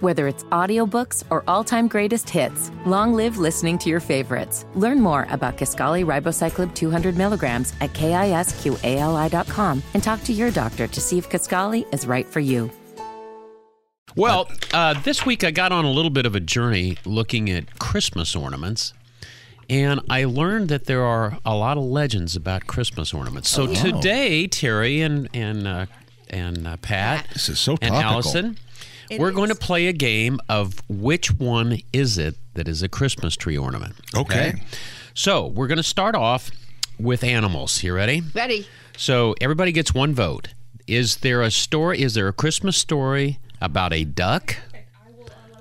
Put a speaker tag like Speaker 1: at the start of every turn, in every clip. Speaker 1: Whether it's audiobooks or all-time greatest hits, long live listening to your favorites. Learn more about Kaskali Ribocyclib 200 milligrams at kisqali.com and talk to your doctor to see if Kaskali is right for you.
Speaker 2: Well, uh, this week I got on a little bit of a journey looking at Christmas ornaments, and I learned that there are a lot of legends about Christmas ornaments.
Speaker 3: Oh,
Speaker 2: So today, Terry and and uh, and uh, Pat,
Speaker 3: This is so
Speaker 2: and
Speaker 3: topical.
Speaker 2: Allison, we're going to play a game of which one is it that is a Christmas tree ornament.
Speaker 3: Okay.
Speaker 2: So we're going to start off with animals. You ready?
Speaker 4: Ready?
Speaker 2: So everybody gets one vote. Is there a story? Is there a Christmas story about a duck,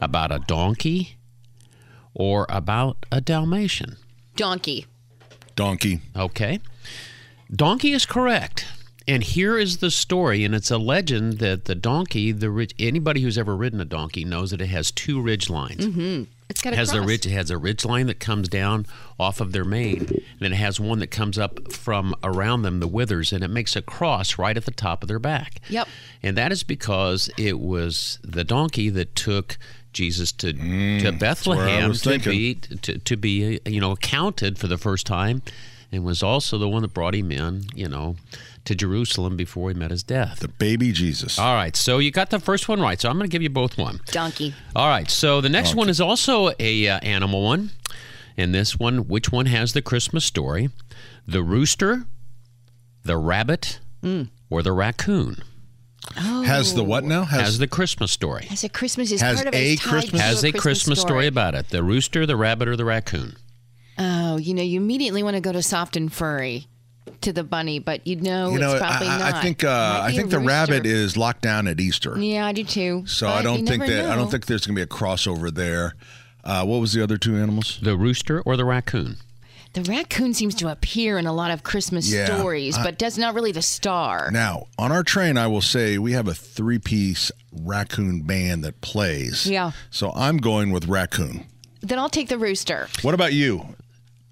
Speaker 2: about a donkey, or about a Dalmatian?
Speaker 4: Donkey.
Speaker 3: Donkey.
Speaker 2: Okay. Donkey is correct. And here is the story, and it's a legend that the donkey, the ridge, anybody who's ever ridden a donkey knows that it has two ridge lines.
Speaker 4: It's got
Speaker 2: It
Speaker 4: a
Speaker 2: has
Speaker 4: cross.
Speaker 2: a ridge, it has a ridge line that comes down off of their mane, and then it has one that comes up from around them, the withers, and it makes a cross right at the top of their back.
Speaker 4: Yep.
Speaker 2: And that is because it was the donkey that took Jesus to
Speaker 3: Mm,
Speaker 2: to Bethlehem
Speaker 3: was
Speaker 2: to
Speaker 3: thinking.
Speaker 2: be to, to be you know counted for the first time, and was also the one that brought him in you know to Jerusalem before he met his death.
Speaker 3: The baby Jesus.
Speaker 2: All right, so you got the first one right. So I'm going to give you both one.
Speaker 4: Donkey.
Speaker 2: All right. So the next one is also a uh, animal one, and this one, which one has the Christmas story? The rooster, the rabbit, or the raccoon
Speaker 4: Oh.
Speaker 3: Has the what now?
Speaker 2: has the Christmas story.
Speaker 4: Has a Christmas is
Speaker 3: Has
Speaker 4: part of
Speaker 3: a
Speaker 4: it is tied
Speaker 3: Christmas-
Speaker 4: to
Speaker 2: Has a Christmas, story.
Speaker 4: story.
Speaker 2: about it? The rooster, the rabbit, or the raccoon?
Speaker 4: Oh, you know, you immediately want to go to soft and furry to the bunny, but you know,
Speaker 3: you know,
Speaker 4: Oh, it's probably
Speaker 3: I, I-
Speaker 4: not.
Speaker 3: I think uh,
Speaker 4: It might
Speaker 3: I
Speaker 4: be a
Speaker 3: think the
Speaker 4: rooster.
Speaker 3: rabbit is locked down at Easter.
Speaker 4: Yeah, I do too.
Speaker 3: So
Speaker 4: But
Speaker 3: I
Speaker 4: you
Speaker 3: don't think
Speaker 4: never
Speaker 3: that I
Speaker 4: know.
Speaker 3: don't think there's going to be a crossover there. Uh, what was the other two animals?
Speaker 2: The rooster or the raccoon?
Speaker 4: the raccoon seems to appear in a lot of Christmas
Speaker 3: Yeah,
Speaker 4: stories, but does not really the star.
Speaker 3: Now, on our train, I will say we have a three-piece raccoon band that plays.
Speaker 4: Yeah.
Speaker 3: So I'm going with raccoon.
Speaker 4: Then I'll take the rooster.
Speaker 3: What about you,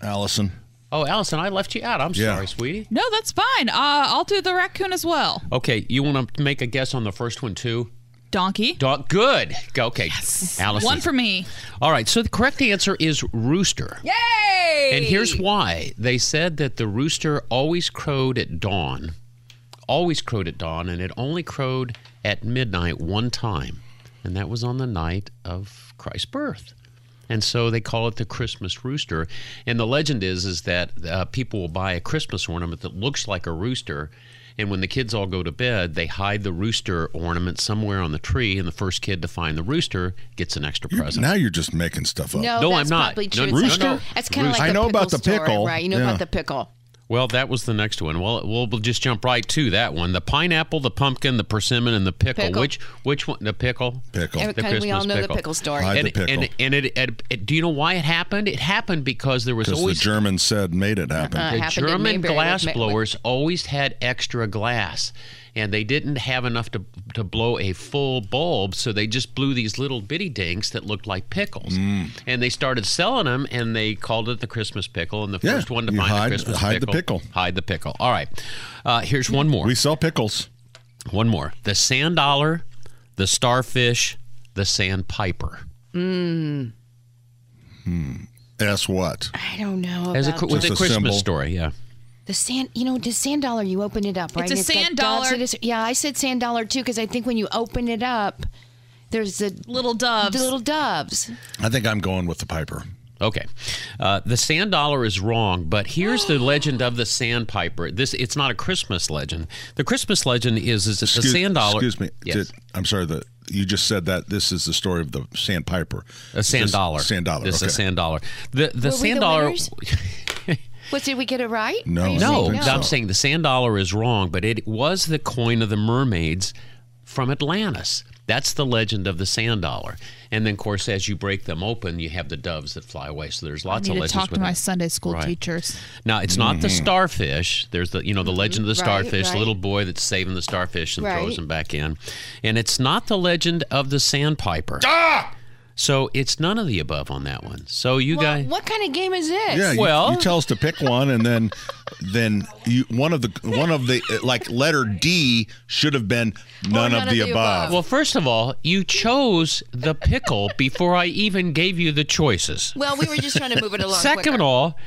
Speaker 3: Allison?
Speaker 2: Oh, Allison, I left you out. I'm
Speaker 3: Yeah.
Speaker 2: sorry, sweetie.
Speaker 5: No, that's fine. Uh, I'll do the raccoon as well.
Speaker 2: Okay, you want to make a guess on the first one too?
Speaker 5: Donkey.
Speaker 2: Dog, good. Go, okay, Allison.
Speaker 5: One for me.
Speaker 2: All right. So the correct answer is rooster.
Speaker 5: Yay!
Speaker 2: And here's why. They said that the rooster always crowed at dawn, always crowed at dawn, and it only crowed at midnight one time, and that was on the night of Christ's birth. And so they call it the Christmas rooster. And the legend is is that uh, people will buy a Christmas ornament that looks like a rooster. And when the kids all go to bed, they hide the rooster ornament somewhere on the tree, and the first kid to find the rooster gets an extra present.
Speaker 3: Now you're just making stuff up.
Speaker 4: No,
Speaker 2: No,
Speaker 4: that's
Speaker 2: I'm not.
Speaker 4: Probably
Speaker 2: No,
Speaker 4: true.
Speaker 2: no,
Speaker 4: It's
Speaker 2: no,
Speaker 4: like-
Speaker 2: no.
Speaker 4: That's kind of
Speaker 2: Rooster.
Speaker 4: like
Speaker 3: I
Speaker 4: the
Speaker 3: know
Speaker 4: pickle
Speaker 3: about the
Speaker 4: story,
Speaker 3: pickle.
Speaker 4: right? You know
Speaker 3: Yeah.
Speaker 4: about the pickle.
Speaker 2: Well, that was the next one. Well, we'll we'll just jump right to that one. The pineapple, the pumpkin, the persimmon, and the pickle.
Speaker 4: Pickle.
Speaker 2: Which which one? The pickle.
Speaker 3: Pickle.
Speaker 2: The
Speaker 4: Because we all
Speaker 2: Christmas
Speaker 4: know
Speaker 2: pickle.
Speaker 4: the pickle story.
Speaker 3: I-
Speaker 2: And,
Speaker 3: The pickle.
Speaker 2: and and it, it, it- do you know why it happened? It happened because there was
Speaker 3: Because
Speaker 2: always
Speaker 3: the Germans said made it happen.
Speaker 4: Uh-uh.
Speaker 2: the
Speaker 4: happened at
Speaker 2: German
Speaker 4: Mayberry with
Speaker 2: glass
Speaker 4: Ma- with-
Speaker 2: blowers always had extra glass, and they didn't have enough to to blow a full bulb, so they just blew these little bitty dinks that looked like pickles,
Speaker 3: Mm.
Speaker 2: and they started selling them, and they called it the Christmas pickle, and the
Speaker 3: Yeah,
Speaker 2: first one to
Speaker 3: you
Speaker 2: find
Speaker 3: hide-
Speaker 2: the Christmas
Speaker 3: hide the
Speaker 2: pickle,
Speaker 3: pickle.
Speaker 2: hide the pickle. All right, uh, here's one more.
Speaker 3: We sell pickles.
Speaker 2: One more. The sand dollar, the starfish, the sandpiper.
Speaker 3: Guess what?
Speaker 4: I don't know.
Speaker 2: As a,
Speaker 4: about
Speaker 2: cri- with
Speaker 3: Just
Speaker 2: a
Speaker 3: a
Speaker 2: Christmas
Speaker 3: symbol.
Speaker 2: story, yeah.
Speaker 4: The sand, you know, the sand dollar, you open it up, right?
Speaker 5: a
Speaker 4: got
Speaker 5: sand
Speaker 4: dots,
Speaker 5: dollar.
Speaker 4: it is- yeah, I said sand dollar too, because I think when you open it up, there's the
Speaker 5: Little doves.
Speaker 4: the little doves.
Speaker 3: I think I'm going with the Piper.
Speaker 2: Okay, uh, the sand dollar is wrong, but here's the legend of the sandpiper. This it's not a Christmas legend. The Christmas legend is is that
Speaker 3: Excuse-
Speaker 2: the sand dollar.
Speaker 3: Excuse me.
Speaker 2: Yes.
Speaker 3: Did- I'm sorry. The, you just said that this is the story of the sandpiper.
Speaker 2: a sand
Speaker 3: This-
Speaker 2: dollar.
Speaker 3: Sand dollar.
Speaker 2: This
Speaker 3: okay.
Speaker 2: is a sand dollar. The the
Speaker 4: Were we
Speaker 2: sand
Speaker 4: the
Speaker 2: dollar.
Speaker 4: winners? What did we get it right?
Speaker 3: No,
Speaker 4: Are you
Speaker 3: I
Speaker 2: No,
Speaker 4: saying
Speaker 3: think
Speaker 2: I'm
Speaker 3: so.
Speaker 2: saying the sand dollar is wrong, but it was the coin of the mermaids from Atlantis. That's the legend of the sand dollar. And then, of course, as you break them open, you have the doves that fly away. So there's
Speaker 5: I
Speaker 2: lots
Speaker 5: need
Speaker 2: of
Speaker 5: to
Speaker 2: legends.
Speaker 5: talk to
Speaker 2: with
Speaker 5: my
Speaker 2: it.
Speaker 5: Sunday school
Speaker 2: Right.
Speaker 5: teachers.
Speaker 2: Now it's not the starfish. There's the you know the legend of the
Speaker 4: Mm-hmm. Right,
Speaker 2: starfish, the
Speaker 4: right.
Speaker 2: little boy that's saving the starfish and
Speaker 4: Right.
Speaker 2: throws him back in, and it's not the legend of the sandpiper.
Speaker 4: Ah!
Speaker 2: So it's none of the above on that one. So you
Speaker 4: Well,
Speaker 2: guys,
Speaker 4: what kind of game is this?
Speaker 3: Yeah, you,
Speaker 2: Well-
Speaker 3: you tell us to pick one, and then then you one of the one of the like letter D should have been none, of, the, above.
Speaker 2: Well, first of all, you chose the pickle before I even gave you the choices.
Speaker 4: Well, we were just trying to move it along.
Speaker 2: Second of
Speaker 4: quicker.
Speaker 2: all,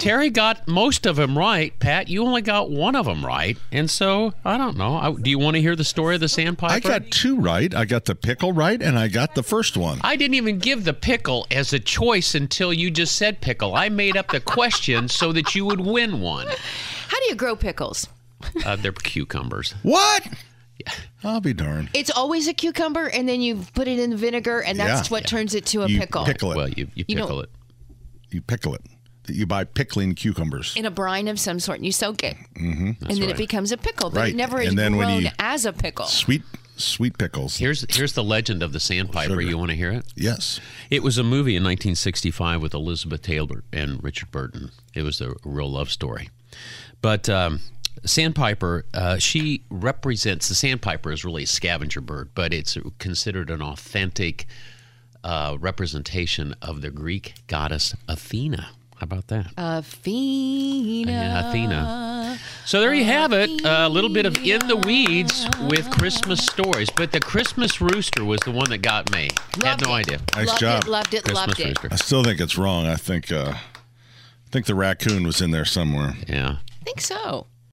Speaker 2: Terry got most of them right. Pat, you only got one of them right, and so I don't know. I, do you want to hear the story of the sandpiper?
Speaker 3: I got two right. I got the pickle right, and I got the first one.
Speaker 2: I didn't even give the pickle as a choice until you just said pickle. I made up the question so that you would win one.
Speaker 4: how do you grow pickles?
Speaker 2: Uh, they're cucumbers.
Speaker 3: What? I'll be darned.
Speaker 4: It's always a cucumber, and then you put it in vinegar, and that's
Speaker 3: Yeah.
Speaker 4: what turns it to a
Speaker 3: you
Speaker 4: pickle.
Speaker 3: pickle it.
Speaker 2: Well, you, you
Speaker 4: You don't-
Speaker 2: pickle it.
Speaker 3: you pickle it. You buy pickling cucumbers.
Speaker 4: In a brine of some sort, and you soak it, mm-hmm. and then it becomes a pickle. But
Speaker 3: Right.
Speaker 4: it never
Speaker 3: And
Speaker 4: is
Speaker 3: then when
Speaker 4: grown
Speaker 3: you-
Speaker 4: as a pickle.
Speaker 3: Sweet, sweet pickles.
Speaker 2: Here's here's the legend of the sandpiper. You want to hear it?
Speaker 3: Yes.
Speaker 2: It was a movie in 1965 with Elizabeth Taylor and Richard Burton. It was a real love story. But um, sandpiper, uh, she represents the sandpiper is really a scavenger bird, but it's considered an authentic uh, representation of the Greek goddess Athena. How about that?
Speaker 4: Uh, Athena.
Speaker 2: Yeah, Athena. So there you have it. A little bit of in the weeds with Christmas stories, but the Christmas rooster was the one that got me. Had
Speaker 4: Loved
Speaker 2: no
Speaker 4: it.
Speaker 2: idea.
Speaker 3: Nice
Speaker 4: loved
Speaker 3: job.
Speaker 4: It, loved it.
Speaker 2: Christmas
Speaker 4: loved it.
Speaker 2: rooster.
Speaker 3: I still think it's wrong. I think uh, I think the raccoon was in there somewhere.
Speaker 2: Yeah.
Speaker 4: I think so.